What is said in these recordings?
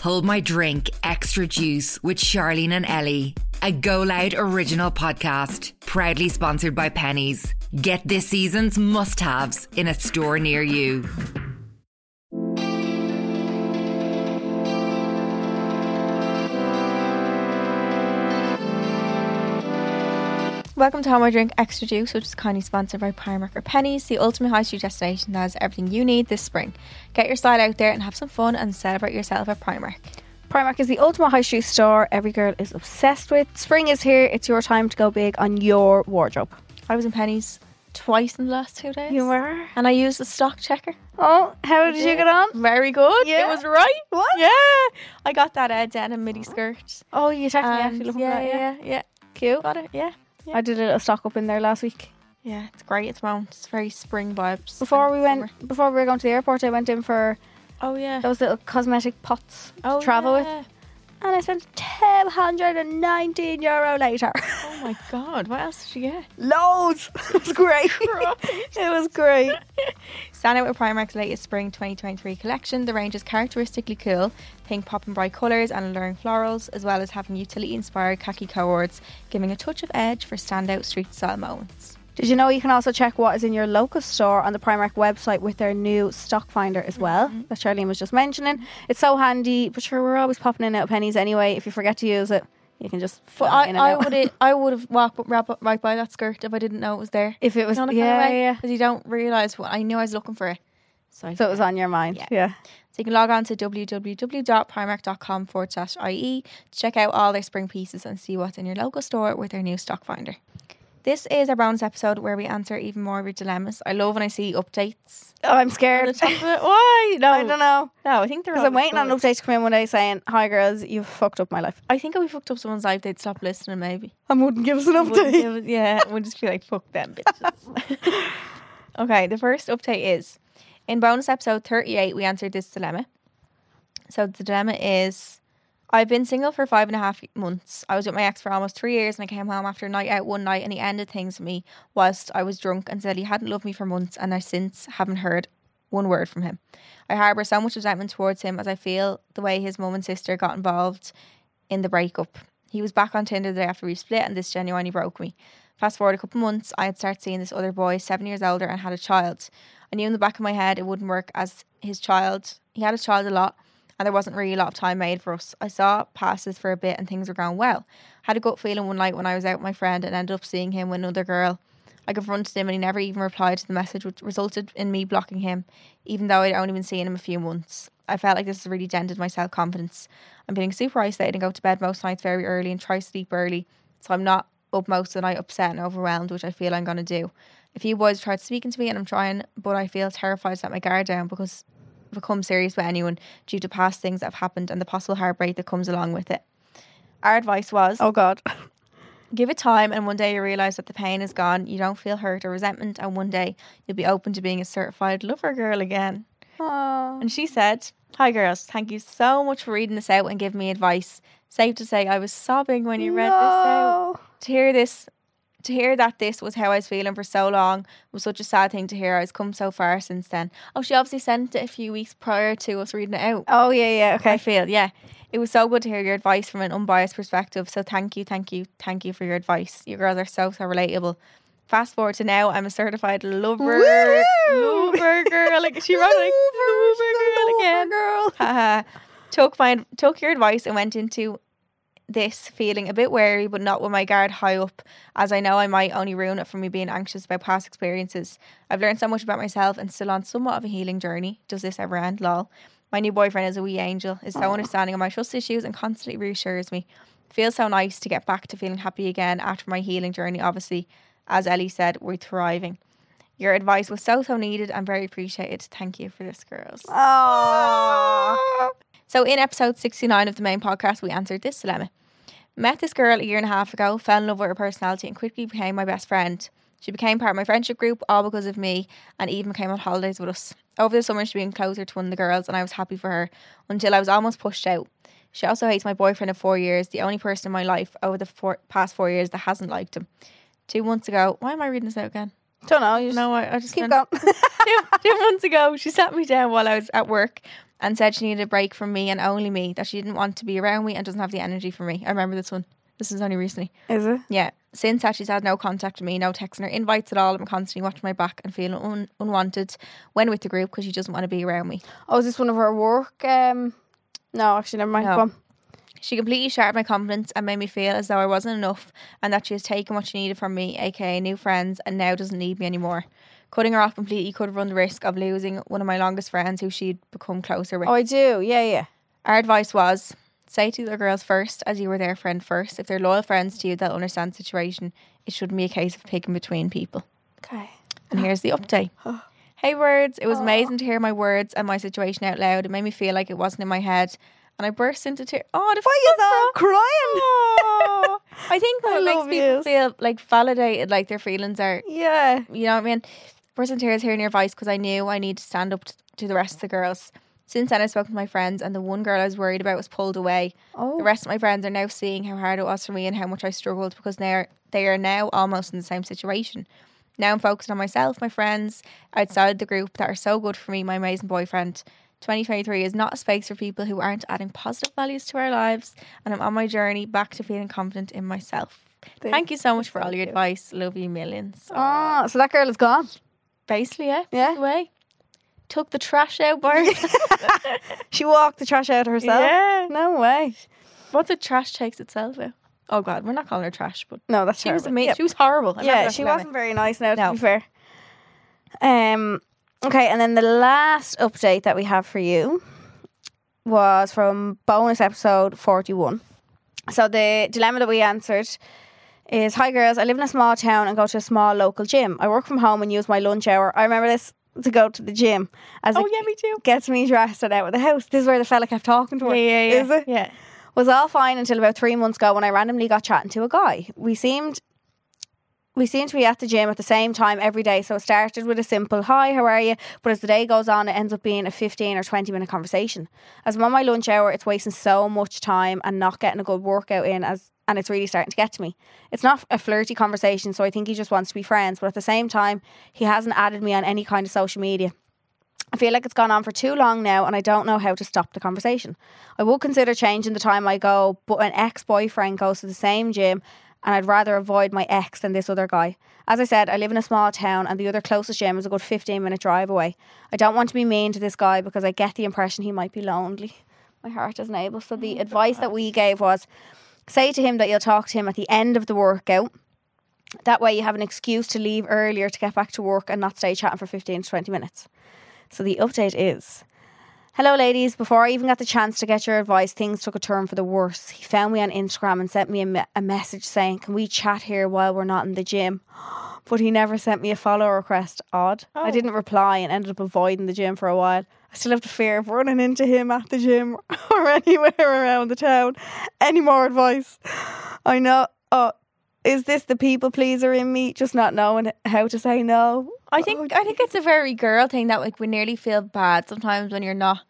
Hold My Drink Extra Juice with Charlene and Ellie, a Go Loud original podcast, proudly sponsored by Pennies. Get this season's must haves in a store near you. Welcome to How My Drink Extra Juice, which is kindly sponsored by Primark or Pennies, the ultimate high street destination that has everything you need this spring. Get your style out there and have some fun and celebrate yourself at Primark. Primark is the ultimate high street store every girl is obsessed with. Spring is here, it's your time to go big on your wardrobe. I was in Pennies twice in the last two days. were? And I used the stock checker. Oh, how did you get on? Very good. Yeah. It was right. What? Yeah. I got that uh, denim midi skirt. Oh, you texted me And actually looking yeah, at it, yeah. yeah, yeah. Cute. Got it. Yeah. I did a little stock up in there last week. Yeah, it's great. It's mount. It's very spring vibes. Before and we went, summer. before we were going to the airport, I went in for Oh yeah. those little cosmetic pots Oh, to travel yeah. with, and I spent two hundred and nineteen euro later. Oh my god. What else did you get? Loads. it was great. it was great. Stand out with Primark's latest spring 2023 collection. The range is characteristically cool, pink pop and bright colours and alluring florals, as well as having utility inspired khaki cohorts, giving a touch of edge for standout street style moments. Did you know you can also check what is in your local store on the Primark website with their new stock finder as well, Mm-hmm. that Charlene was just mentioning? It's so handy, but sure, we're always popping in and out pennies anyway. If you forget to use it, you can just But put I, in and I out. would I would have walked right, right by that skirt if I didn't know it was there. if it was, yeah, yeah. Because you don't realise what I knew I was looking for it. So, I, So so, it was on your mind, Yeah. yeah. you can log on to www.primark.com forward slash IE to check out all their spring pieces and see what's in your local store with their new stock finder. This is our bonus episode where we answer even more of your dilemmas. I love when I see updates. Oh, I'm scared. Why? No, I don't know No, I think there is. because I'm waiting on an update to come in one day saying, "Hi, girls, you fucked up my life." I think if we fucked up someone's life, they'd stop listening. Maybe. I wouldn't give us an Wouldn't update. give- yeah, we'll just be like, fuck them bitches. okay, the first update is in bonus episode 38, we answered this dilemma. So the dilemma is I've been single for five and a half months. I was with my ex for almost three years and I came home after a night out one night and he ended things with me whilst I was drunk and said he hadn't loved me for months and I since haven't heard one word from him. I harbour so much resentment towards him as I feel the way his mum and sister got involved in the breakup. He was back on Tinder the day after we split, and this genuinely broke me. Fast forward a couple months, I had started seeing this other boy, seven years older, and had a child. I knew in the back of my head it wouldn't work as his child. He had a child a lot, and there wasn't really a lot of time made for us. I saw passes for a bit, and things were going well. Had a gut feeling one night when I was out with my friend, and ended up seeing him with another girl. I confronted him, and he never even replied to the message, which resulted in me blocking him, even though I'd only been seeing him a few months. I felt like this has really dented my self confidence. I'm feeling super isolated and go to bed most nights very early and try to sleep early. So I'm not up most of the night upset and overwhelmed, which I feel I'm going to do. A few boys tried speaking to me and I'm trying, but I feel terrified to let my guard down because I've become serious with anyone due to past things that have happened and the possible heartbreak that comes along with it. Our advice was Oh God. Give it time, and one day you realize that the pain is gone. You don't feel hurt or resentment, and one day you'll be open to being a certified lover girl again. And she said, Hi, girls, thank you so much for reading this out and giving me advice. Safe to say, I was sobbing when you read this out. To hear this, to hear that this was how I was feeling for so long was such a sad thing to hear. I've come so far since then. Oh, she obviously sent it a few weeks prior to us reading it out. Oh yeah, yeah. I Okay. feel, yeah. It was so good to hear your advice from an unbiased perspective. So thank you, thank you, thank you for your advice. You girls are so so relatable. Fast forward to now, I'm a certified lover, Woo! lover girl. Like she wrote like lover girl again. girl. Haha. took my took your advice and went into this feeling a bit wary, but not with my guard high up, as I know I might only ruin it from me being anxious about past experiences. I've learned so much about myself and still on somewhat of a healing journey. Does this ever end? Lol. My new boyfriend is a wee angel, is so understanding of my trust issues and constantly reassures me. Feels so nice to get back to feeling happy again after my healing journey, obviously. As Ellie said, we're thriving. Your advice was so so needed and very appreciated. Thank you for this, girls. Oh. So, in episode 69 of the main podcast, we answered this dilemma. Met this girl a year and a half ago, fell in love with her personality, and quickly became my best friend. She became part of my friendship group, all because of me, and even came on holidays with us. Over the summer, she became closer to one of the girls, and I was happy for her until I was almost pushed out. She also hates my boyfriend of four years, the only person in my life over the four, past four years that hasn't liked him. Two months ago, why am I reading this out again? Don't know. You just No, I, I just keep went- going. two, two months ago, she sat me down while I was at work and said she needed a break from me and only me, that she didn't want to be around me and doesn't have the energy for me. I remember this one. This was only recently. Is it? Yeah. Since that, she's had no contact with me, no texting or invites at all. I'm constantly watching my back and feeling un- unwanted when with the group because she doesn't want to be around me. Oh, is this one of her work? Um, no, actually, never mind. No. Go on. She completely shattered my confidence and made me feel as though I wasn't enough and that she has taken what she needed from me, aka new friends, and now doesn't need me anymore. Cutting her off completely could run the risk of losing one of my longest friends who she'd become closer with. Oh, I do. Yeah, yeah. Our advice was say to the other girls first, as you were their friend first. If they're loyal friends to you, they'll understand the situation. It shouldn't be a case of picking between people. Okay. And here's the update. Hey, words. It was amazing to hear my words and my situation out loud. It made me feel like it wasn't in my head. And I burst into tears. Oh, the Why is that crying? I think that I it makes love people yous. feel like validated, like their feelings are. yeah. You know what I mean? Person tears hearing your voice because I knew I need to stand up t- to the rest of the girls. Since then, I spoke to my friends, and the one girl I was worried about was pulled away. Oh. The rest of my friends are now seeing how hard it was for me and how much I struggled because they are they are now almost in the same situation. Now I'm focusing on myself, my friends outside the group that are so good for me, my amazing boyfriend. 2023 is not a space for people who aren't adding positive values to our lives, and I'm on my journey back to feeling confident in myself. This Thank you so much is for so all your cute. advice. Love you millions. Oh, so that girl is gone. Basically, yeah. Yeah. took Away. Took the trash out, Bart. She walked the trash out herself. yeah. No way. Once the trash takes itself out. Oh God, we're not calling her trash, but No, that's She was terrible. amazing. Yep. She was horrible. I remember Yeah, that she dilemma. wasn't very nice now, to No. be fair. Um, okay, and then the last update that we have for you was from bonus episode 41. So the dilemma that we answered is Hi, girls, I live in a small town and go to a small local gym. I work from home and use my lunch hour. I remember this to go to the gym as Oh it yeah, me too. gets me dressed and out of the house. This is where the fella kept talking to her. Is it? Yeah. was all fine until about three months ago when I randomly got chatting to a guy. We seemed we seemed to be at the gym at the same time every day, so it started with a simple hi, how are you? But as the day goes on, it ends up being a 15 or 20 minute conversation. As I'm on my lunch hour, it's wasting so much time and not getting a good workout in as and it's really starting to get to me. It's not a flirty conversation, so I think he just wants to be friends, but at the same time, he hasn't added me on any kind of social media. I feel like it's gone on for too long now and I don't know how to stop the conversation. I would consider changing the time I go, but an ex boyfriend goes to the same gym and I'd rather avoid my ex than this other guy. As I said, I live in a small town and the other closest gym is a good 15 minute drive away. I don't want to be mean to this guy because I get the impression he might be lonely. My heart isn't able. So the advice that we gave was say to him that you'll talk to him at the end of the workout. That way you have an excuse to leave earlier to get back to work and not stay chatting for 15 to 20 minutes. So the update is Hello, ladies. Before I even got the chance to get your advice, things took a turn for the worse. He found me on Instagram and sent me a, me- a message saying, Can we chat here while we're not in the gym? But he never sent me a follow request. Odd. I didn't reply and ended up avoiding the gym for a while. I still have the fear of running into him at the gym or anywhere around the town. Any more advice? I know. Oh, is this the people pleaser in me just not knowing how to say no? I think I think it's Oh, a very girl thing that like we nearly feel bad sometimes when you're not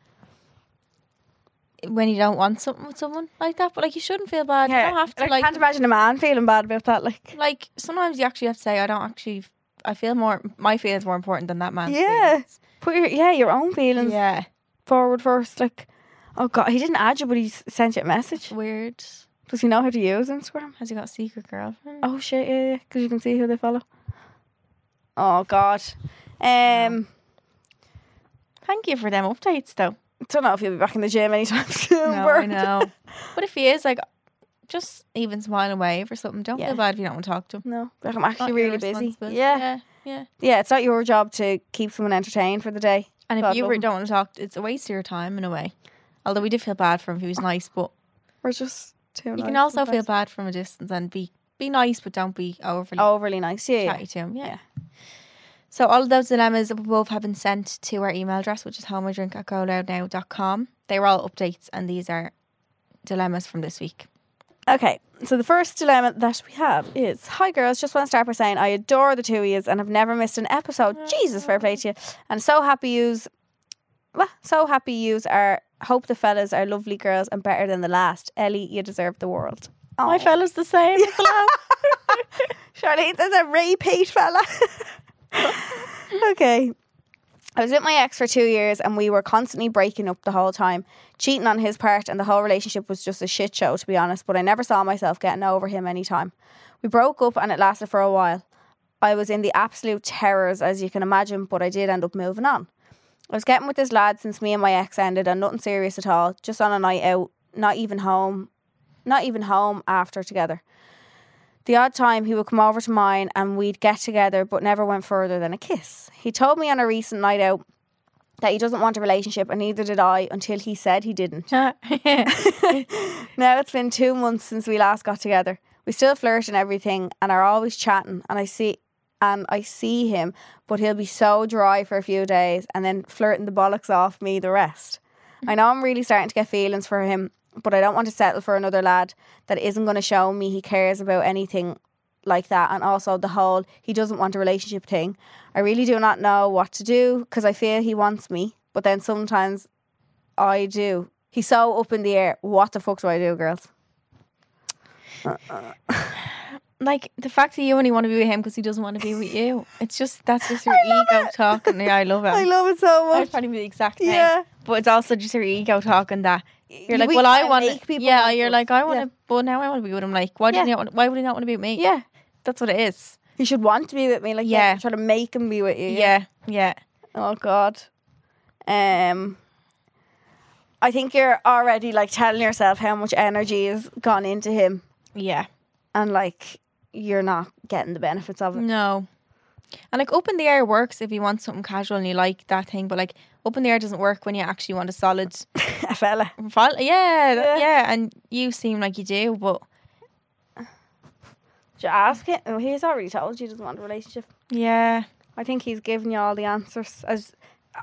when you don't want something with someone like that. But like you shouldn't feel bad. You don't have to Like, like I can't imagine a man feeling bad about that. Like, like sometimes you actually have to say I don't actually I feel more my feelings more important than that man. Yeah. put your yeah your own feelings Yeah. forward first. Like, oh god, he didn't add you, but he s- sent you a message. Weird. Does he know how to use Instagram? Has he got a secret girlfriend? Oh shit, yeah, yeah, because you can see who they follow. Oh god, um, Thank you for them updates though. don't know if he'll be back in the gym anytime soon. No, I Bert. know. but if he is like just even smile and wave or something, don't Yeah. feel bad if you don't want to talk to him. No, like I'm actually really busy. Yeah. yeah, yeah, yeah. it's not your job to keep someone entertained for the day. And if God you love re- him. don't want to talk, it's a waste of your time in a way. Although we did feel bad for him, he was nice, but We're just too. you nice can also feel sometimes. bad from a distance and be be nice, but don't be overly overly nice. Oh, Yeah, yeah. chatty to him. Yeah. So all of those dilemmas up above have been sent to our email address, which is homodrink at goloudnow.com. They were all updates, and these are dilemmas from this week. Okay, so the first dilemma that we have is Hi, girls. Just want to start by saying I adore the two of yous and have never missed an episode. Jesus, fair play to you. And so happy yous. Well, so happy yous are. Hope the fellas are lovely girls and better than the last. Ellie, you deserve the world. Oh, My fella's the same. Charlene, there's a repeat fella. okay. I was with my ex for two years and we were constantly breaking up the whole time, cheating on his part, and the whole relationship was just a shit show, to be honest. But I never saw myself getting over him any time. We broke up and it lasted for a while. I was in the absolute terrors, as you can imagine, but I did end up moving on. I was getting with this lad since me and my ex ended, and nothing serious at all, just on a night out, not even home, not even home after together. The odd time he would come over to mine and we'd get together, but never went further than a kiss. He told me on a recent night out that he doesn't want a relationship, and neither did I until he said he didn't. now it's been two months since we last got together. We still flirt and everything, and are always chatting. And I see, and I see him, but he'll be so dry for a few days, and then flirting the bollocks off me the rest. I know I'm really starting to get feelings for him, but I don't want to settle for another lad that isn't going to show me he cares about anything like that. And also the whole he doesn't want a relationship thing. I really do not know what to do because I feel he wants me, but then sometimes I do. He's so up in the air. What the fuck do I do, girls? like the fact that you only want to be with him because he doesn't want to be with you. It's just that's just your ego talking. Yeah, I love it. I love it so I'd much. probably be the exact same. Yeah. But it's also just your ego talking that you're like, We well, I kinda want make people Yeah, like you're us. like, I want Yeah. to, but now I want to be with him. Like, why do Yeah. you not? Want, why would he not want to be with me? Yeah. that's what it is. He should want to be with me. Like, yeah. Yeah. Try to make him be with you. Yeah, yeah. Oh God. Um I think you're already like telling yourself how much energy has gone into him Yeah. and like you're not getting the benefits of it. No. And like up in the air works if you want something casual and you like that thing, but like up in the air doesn't work when you actually want a solid A Mm. fella. fol- yeah, yeah, Yeah. yeah. And you seem like you do, but Did you ask him? Oh, he's already told you he doesn't want a relationship. yeah, I think he's given you all the answers. As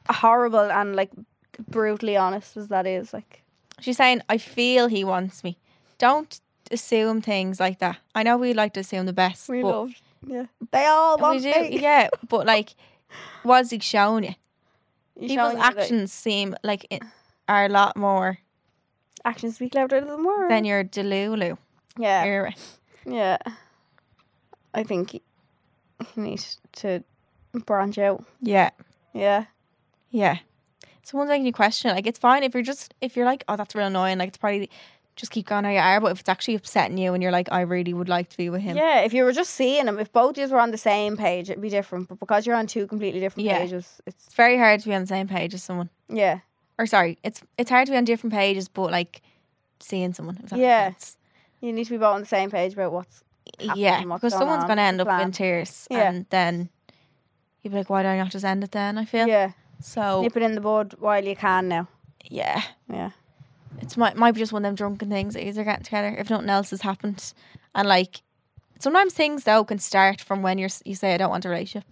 horrible and like brutally honest as that is, like she's saying I feel he wants me. Don't assume things like that. I know we like to assume the best, we but love. Yeah, they all we want do, me. yeah. But like, was he showing you? You're People's showing you that actions seem like it, are a lot more actions speak louder than words. than your delulu. yeah, Your- Yeah. I think he he needs to branch out. yeah. Yeah. Yeah. Someone's making you question. it. Like it's fine if you're just if you're like, oh, that's real annoying. Like it's probably just keep going how you are. But if it's actually upsetting you and you're like, I really would like to be with him. Yeah, if you were just seeing him, if both of you were on the same page, it'd be different. But because you're on two completely different Yeah. pages, it's It's very hard to be on the same page as someone. yeah. Or sorry, it's it's hard to be on different pages, but like seeing someone. If that makes Yeah. sense. You need to be both on the same page about what's Happening, Yeah. what's Because going someone's on, gonna end the up in plan. tears, Yeah. and then you'd be like, why do I not just end it then? I feel. yeah. Oh. So Nip it in the bud while you can now. yeah, Yeah. it's might might be just one of them drunken things that either getting together if nothing else has happened, and like sometimes things though can start from when you're s- you say I don't want a relationship.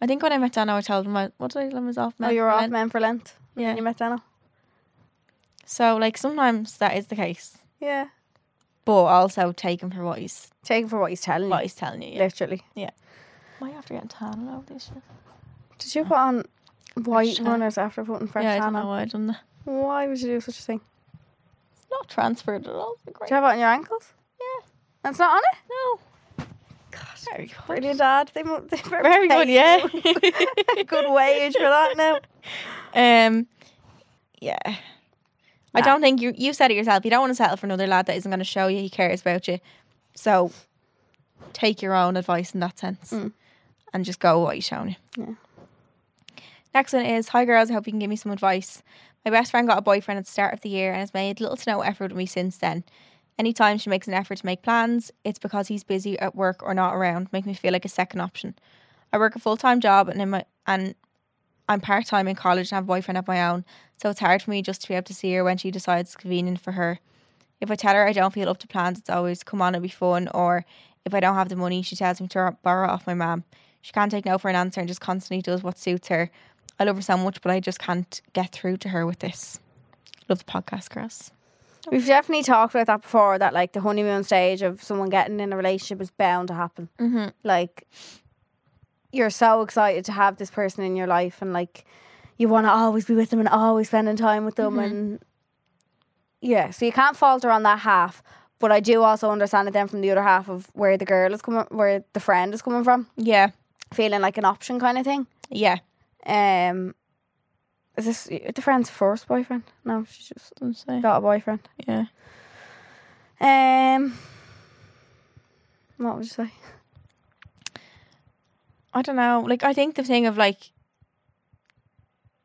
I think when I met Dana, I told him I, what did I tell him I was off. Oh, men you're for off men. men for Lent. Yeah. You met Dana. So like sometimes that is the case, Yeah. but also take him for what he's Take him for what he's telling what you. he's telling you. Yeah. Literally. Why after getting tan over this? Did you put on white Shan- runners after voting for uh, Yeah, I Shannon? don't know why I done that. Why would you do such a thing? It's not transferred at all. It's Do great. you have it on your ankles? Yeah. And it's not on it? No. Very good. Brilliant, Dad. They, mo- they better Very pay good. Yeah. you. good wage for that now. Um, yeah. I Nah. don't think you you said it yourself. You don't want to settle for another lad that isn't going to show you he cares about you. So take your own advice in that sense Mm. and just go what he's shown you. Yeah. Next one is Hi girls, I hope you can give me some advice. My best friend got a boyfriend at the start of the year and has made little to no effort with me since then. Anytime she makes an effort to make plans, it's because he's busy at work or not around, making me feel like a second option. I work a full time job and in my and I'm part time in college and have a boyfriend of my own, so it's hard for me just to be able to see her when she decides it's convenient for her. If I tell her I don't feel up to plans, it's always come on, it'll be fun. Or if I don't have the money, she tells me to borrow off my mum. She can't take no for an answer and just constantly does what suits her. I love her so much, but I just can't get through to her with this. Love the podcast, girls. We've definitely talked about that before that, like, the honeymoon stage of someone getting in a relationship is bound to happen. Mm-hmm. Like, you're so excited to have this person in your life, and, like, you want to always be with them and always spending time with them. Mm-hmm. And yeah, so you can't falter on that half. But I do also understand it then from the other half of where the girl is coming, where the friend is coming from, Yeah, feeling like an option kind of thing. yeah, Um, is this the friend's first boyfriend? No, she's just Doesn't say. got a boyfriend. Yeah. Um, what would you say? I don't know. Like, I think the thing of like,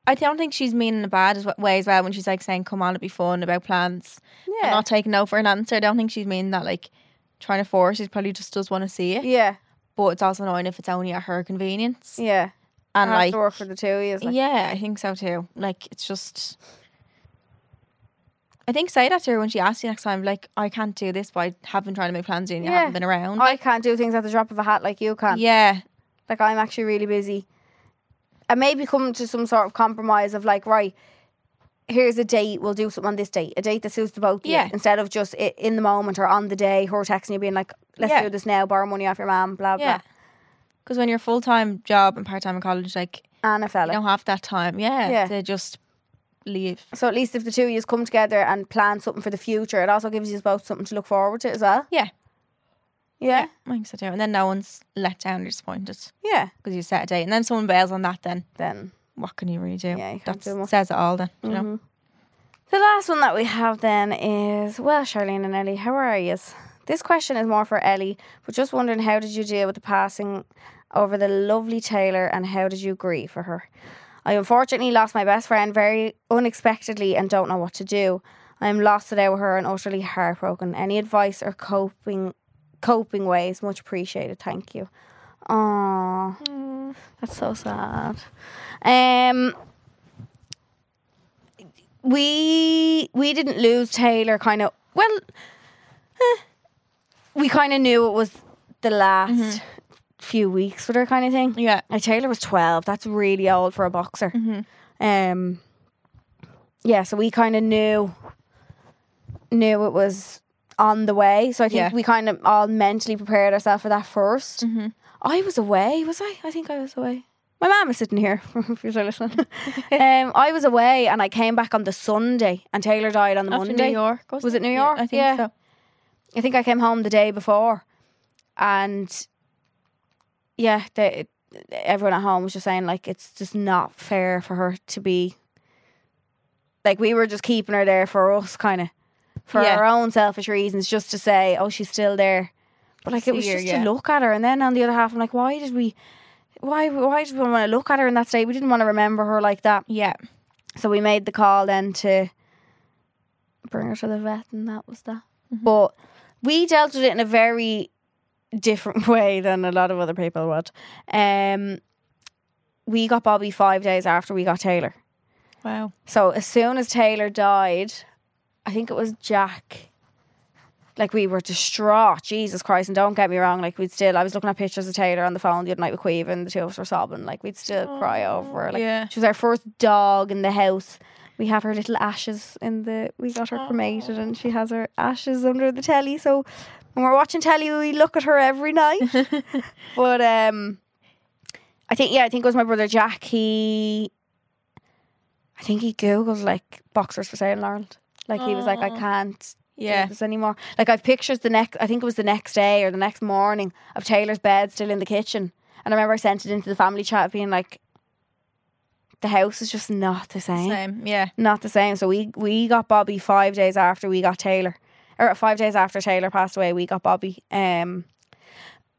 I don't think she's mean in a bad as- way as well when she's like saying, "Come on, it'd be fun" about plans, Yeah, and not taking no for an answer. I don't think she's mean that like trying to force. She probably just does want to see it, yeah, but it's also annoying if it's only at her convenience. yeah. And Has like, to work for the two years. Like, yeah, I think so too. Like, it's just. I think say that to her when she asks you next time, like, I can't do this, but I have been trying to make plans and you Yeah. haven't been around. I can't do things at the drop of a hat like you can. yeah, Like I'm actually really busy. And maybe come to some sort of compromise of like, right, here's a date, we'll do something on this date. A date that suits the both. of you, Yeah. Instead of just i in the moment or on the day, her texting you being like, let's Yeah. do this now, borrow money off your mom, blah, blah. yeah. Because when you're full time job and part time in college, like, And a fella. you don't have that time. Yeah, Yeah. to just leave. So at least if the two of you come together and plan something for the future, it also gives you both something to look forward to as well. Yeah. Yeah. I think so too. And then no one's let down or disappointed Yeah. because you set a date, and then someone bails on that. Then Then what can you really do? Yeah, you can't that do much. says it all. Then you know. Mhm. The last one that we have then is well, Charlene and Ellie, how are you? This question is more for Ellie, but just wondering how did you deal with the passing over the lovely Taylor and how did you grieve for her? I unfortunately lost my best friend very unexpectedly and don't know what to do. I am lost without her and utterly heartbroken. Any advice or coping coping ways much appreciated. Thank you. Aww. Mm, That's so sad. Um, we we didn't lose Taylor. Kind of well, eh, we kind of knew it was the last few weeks with her kind of thing. Yeah, Mm-hmm. Like Taylor was twelve. That's really old for a boxer. Um, yeah, so we kind of knew knew it was on the way. So I think Yeah. Mm-hmm. we kind of all mentally prepared ourselves for that 1st I was away, was I? I think I was away. My mum is sitting here if you're still listening. um, I was away and I came back on the Sunday and Taylor died on the After Monday. New York was, Was it New Yeah, York? I think Yeah. so. I think I came home the day before, and yeah, they, everyone at home was just saying like it's just not fair for her to be. Like we were just keeping her there for us, kind of, for Yeah. our own selfish reasons, just to say, oh, she's still there. But like See it was her, just yeah. to look at her, and then on the other half, I'm like, why did we? Why, why did we want to look at her in that state? We didn't want to remember her like that. Yeah, So we made the call then to bring her to the vet, and that was that. But we dealt with it in a very different way than a lot of other people would. Um, we got Bobby five days after we got Taylor. wow. So as soon as Taylor died, I think it was Jack. Like we were distraught, Jesus Christ! And don't get me wrong, like we'd still. I was looking at pictures of Taylor on the phone the other night with Queeve, and the two of us were sobbing. Like we'd still cry over. Her. Like yeah. she was our first dog in the house. We have her little ashes in the. We got her cremated, and she has her ashes under the telly. So when we're watching telly, we look at her every night. but um, I think yeah, I think it was my brother Jack. He I think he googled like boxers for sale in Ireland. Like he was like, I Aw. can't Oh. Yeah. do this anymore. Like I've pictures the next, I think it was the next day or the next morning of Taylor's bed still in the kitchen, and I remember I sent it into the family chat being like, the house is just not the same, Same. Yeah. not the same. So we we got Bobby five days after we got Taylor, or five days after Taylor passed away, we got Bobby. Um,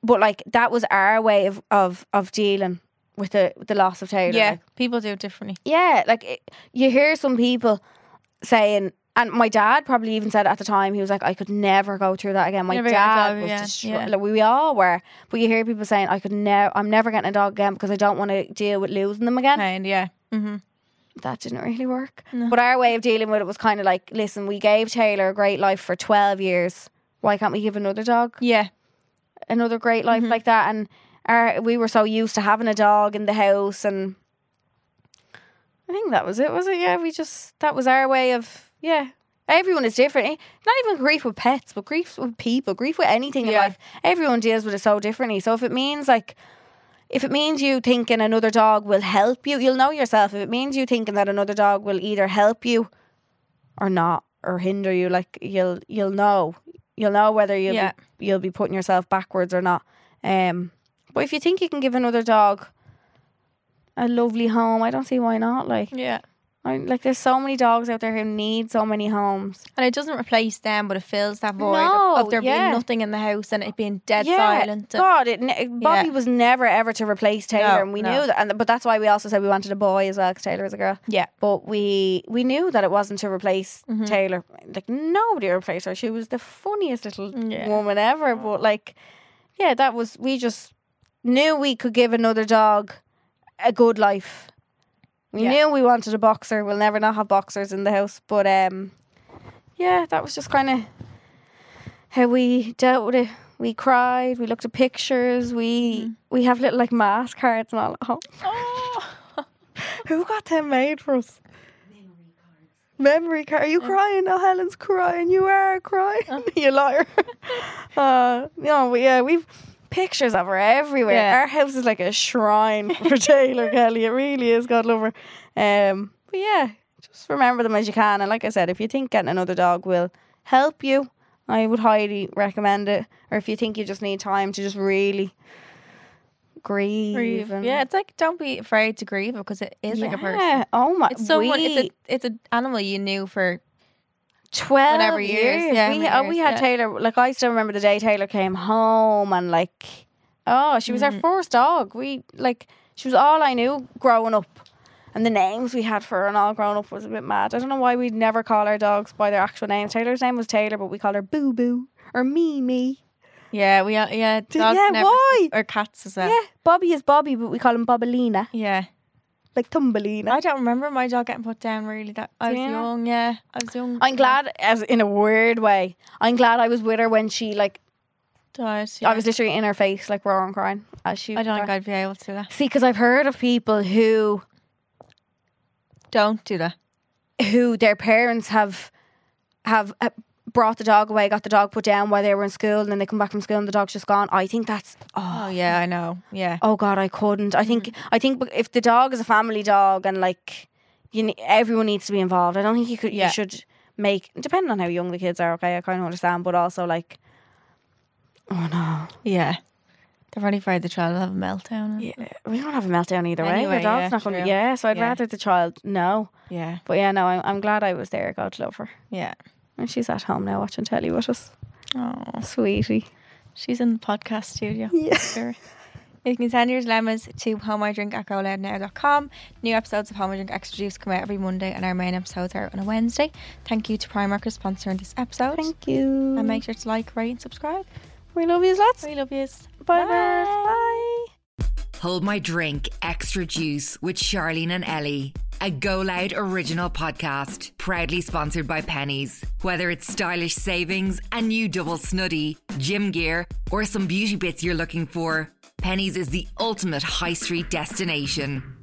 but like that was our way of of of dealing with the the loss of Taylor. Yeah. like, People do it differently. yeah, like it, you hear some people saying, and my dad probably even said at the time he was like, "I could never go through that again." My Never get a dad dog was again, destroyed. yeah. Like, we, we all were, but you hear people saying, "I could never, I'm never getting a dog again because I don't want to deal with losing them again." And yeah. Mm-hmm. That didn't really work. No. But our way of dealing with it was kind of like, "Listen, we gave Taylor a great life for twelve years. Why can't we give another dog Yeah. another great life like that. And our, we were so used to having a dog in the house, and I think that was it, was it? Yeah, we just that was our way of yeah. Everyone is different. eh? Not even grief with pets, but grief with people, grief with anything in Yeah. life. Everyone deals with it so differently. So if it means like. If it means you thinking another dog will help you, you'll know yourself. If it means you thinking that another dog will either help you or not or hinder you like you'll you'll know you'll know whether you'll Yeah. be, you'll be putting yourself backwards or not um but if you think you can give another dog a lovely home. I don't see why not. Like, Yeah. I, like there's so many dogs out there who need so many homes. And it doesn't replace them, but it fills that void of- No, of, there yeah. being nothing in the house and it being dead silent. and- God, it, ne- Bobby was never ever to replace Taylor, No, and we no. knew that. And but that's why we also said we wanted a boy as well because Taylor was a girl. yeah. But we we knew that it wasn't to replace Mhm. Taylor. Like nobody replaced her. She was the funniest little Yeah. woman ever. But like, yeah, that was we just knew we could give another dog a good life. We Yeah. knew we wanted a boxer. We'll never not have boxers in the house. But um, yeah, that was just kind of how we dealt with it. We cried. We looked at pictures. We we have little like mask cards and all at home. Who got them made for us? Memory card. Are you crying? Oh, Helen's crying. You are crying. you liar. uh, no, but yeah, we've pictures of her everywhere. Yeah. Our house is like a shrine for Taylor Kelly. It really is. God love her. Um, but yeah, just remember them as you can. And like I said, if you think getting another dog will help you, I would highly recommend it. Or if you think you just need time to just really grieve, Grieve. and Yeah, it's like don't be afraid to grieve because it is like a person. Yeah. Oh my! It's someone. we- It's a it's an animal you knew for. twelve whatever years. years. Yeah, we, many oh, we years, had yeah. Taylor. Like I still remember the day Taylor came home, and like, oh, she Mm. was our first dog. We like she was all I knew growing up, and the names we had for her and all growing up was a bit mad. I don't know why we'd never call our dogs by their actual names. Taylor's name was Taylor, but we called her Boo Boo or Mimi. Yeah, we are- yeah dogs yeah, never, why? or cats as well. Yeah, Bobby is Bobby, but we call him Bobbalina, Yeah. like Tumbelina. I don't remember my dog getting put down really. That I was Yeah. young. Yeah, I was young. I'm glad, as in a weird way, I'm glad I was with her when she like Died, I was literally in her face, like roaring, crying as she. I don't cried. think I'd be able to do that. See, because I've heard of people who Don't do that. who their parents have have uh, brought the dog away, got the dog put down while they were in school, and then they come back from school and the dog's just gone. I think that's oh Oh yeah, I know. Yeah. oh god, I couldn't. I think Mm. I think if the dog is a family dog and like you ne- everyone needs to be involved. I don't think you could Yeah. you should make depending on how young the kids are. Okay, I kind of understand, but also like oh no, Yeah. They're only afraid the child will have a meltdown. Yeah. we don't have a meltdown either way. Anyway, The dog's yeah, not going to true. yeah. So I'd Yeah. rather the child know. Yeah. But yeah, no, I'm, I'm glad I was there. God love her. Yeah. And she's at home now watching telly with us. Oh, Sweetie. she's in the podcast studio. Yeah. Sure. You can send your dilemmas to homemydrink@goloudnow.com. New episodes of Home I Drink Extra Juice come out every Monday, and our main episodes are out on a Wednesday. Thank you to Primark for sponsoring this episode. Thank you. and make sure to like, rate, and subscribe. we love you lots. We love yous. Bye, Bye. Bye. Hold My Drink Extra Juice with Charlene and Ellie, a Go Loud original podcast, proudly sponsored by Pennies. Whether it's stylish savings, a new double snuddy, gym gear, or some beauty bits you're looking for, Pennies is the ultimate high street destination.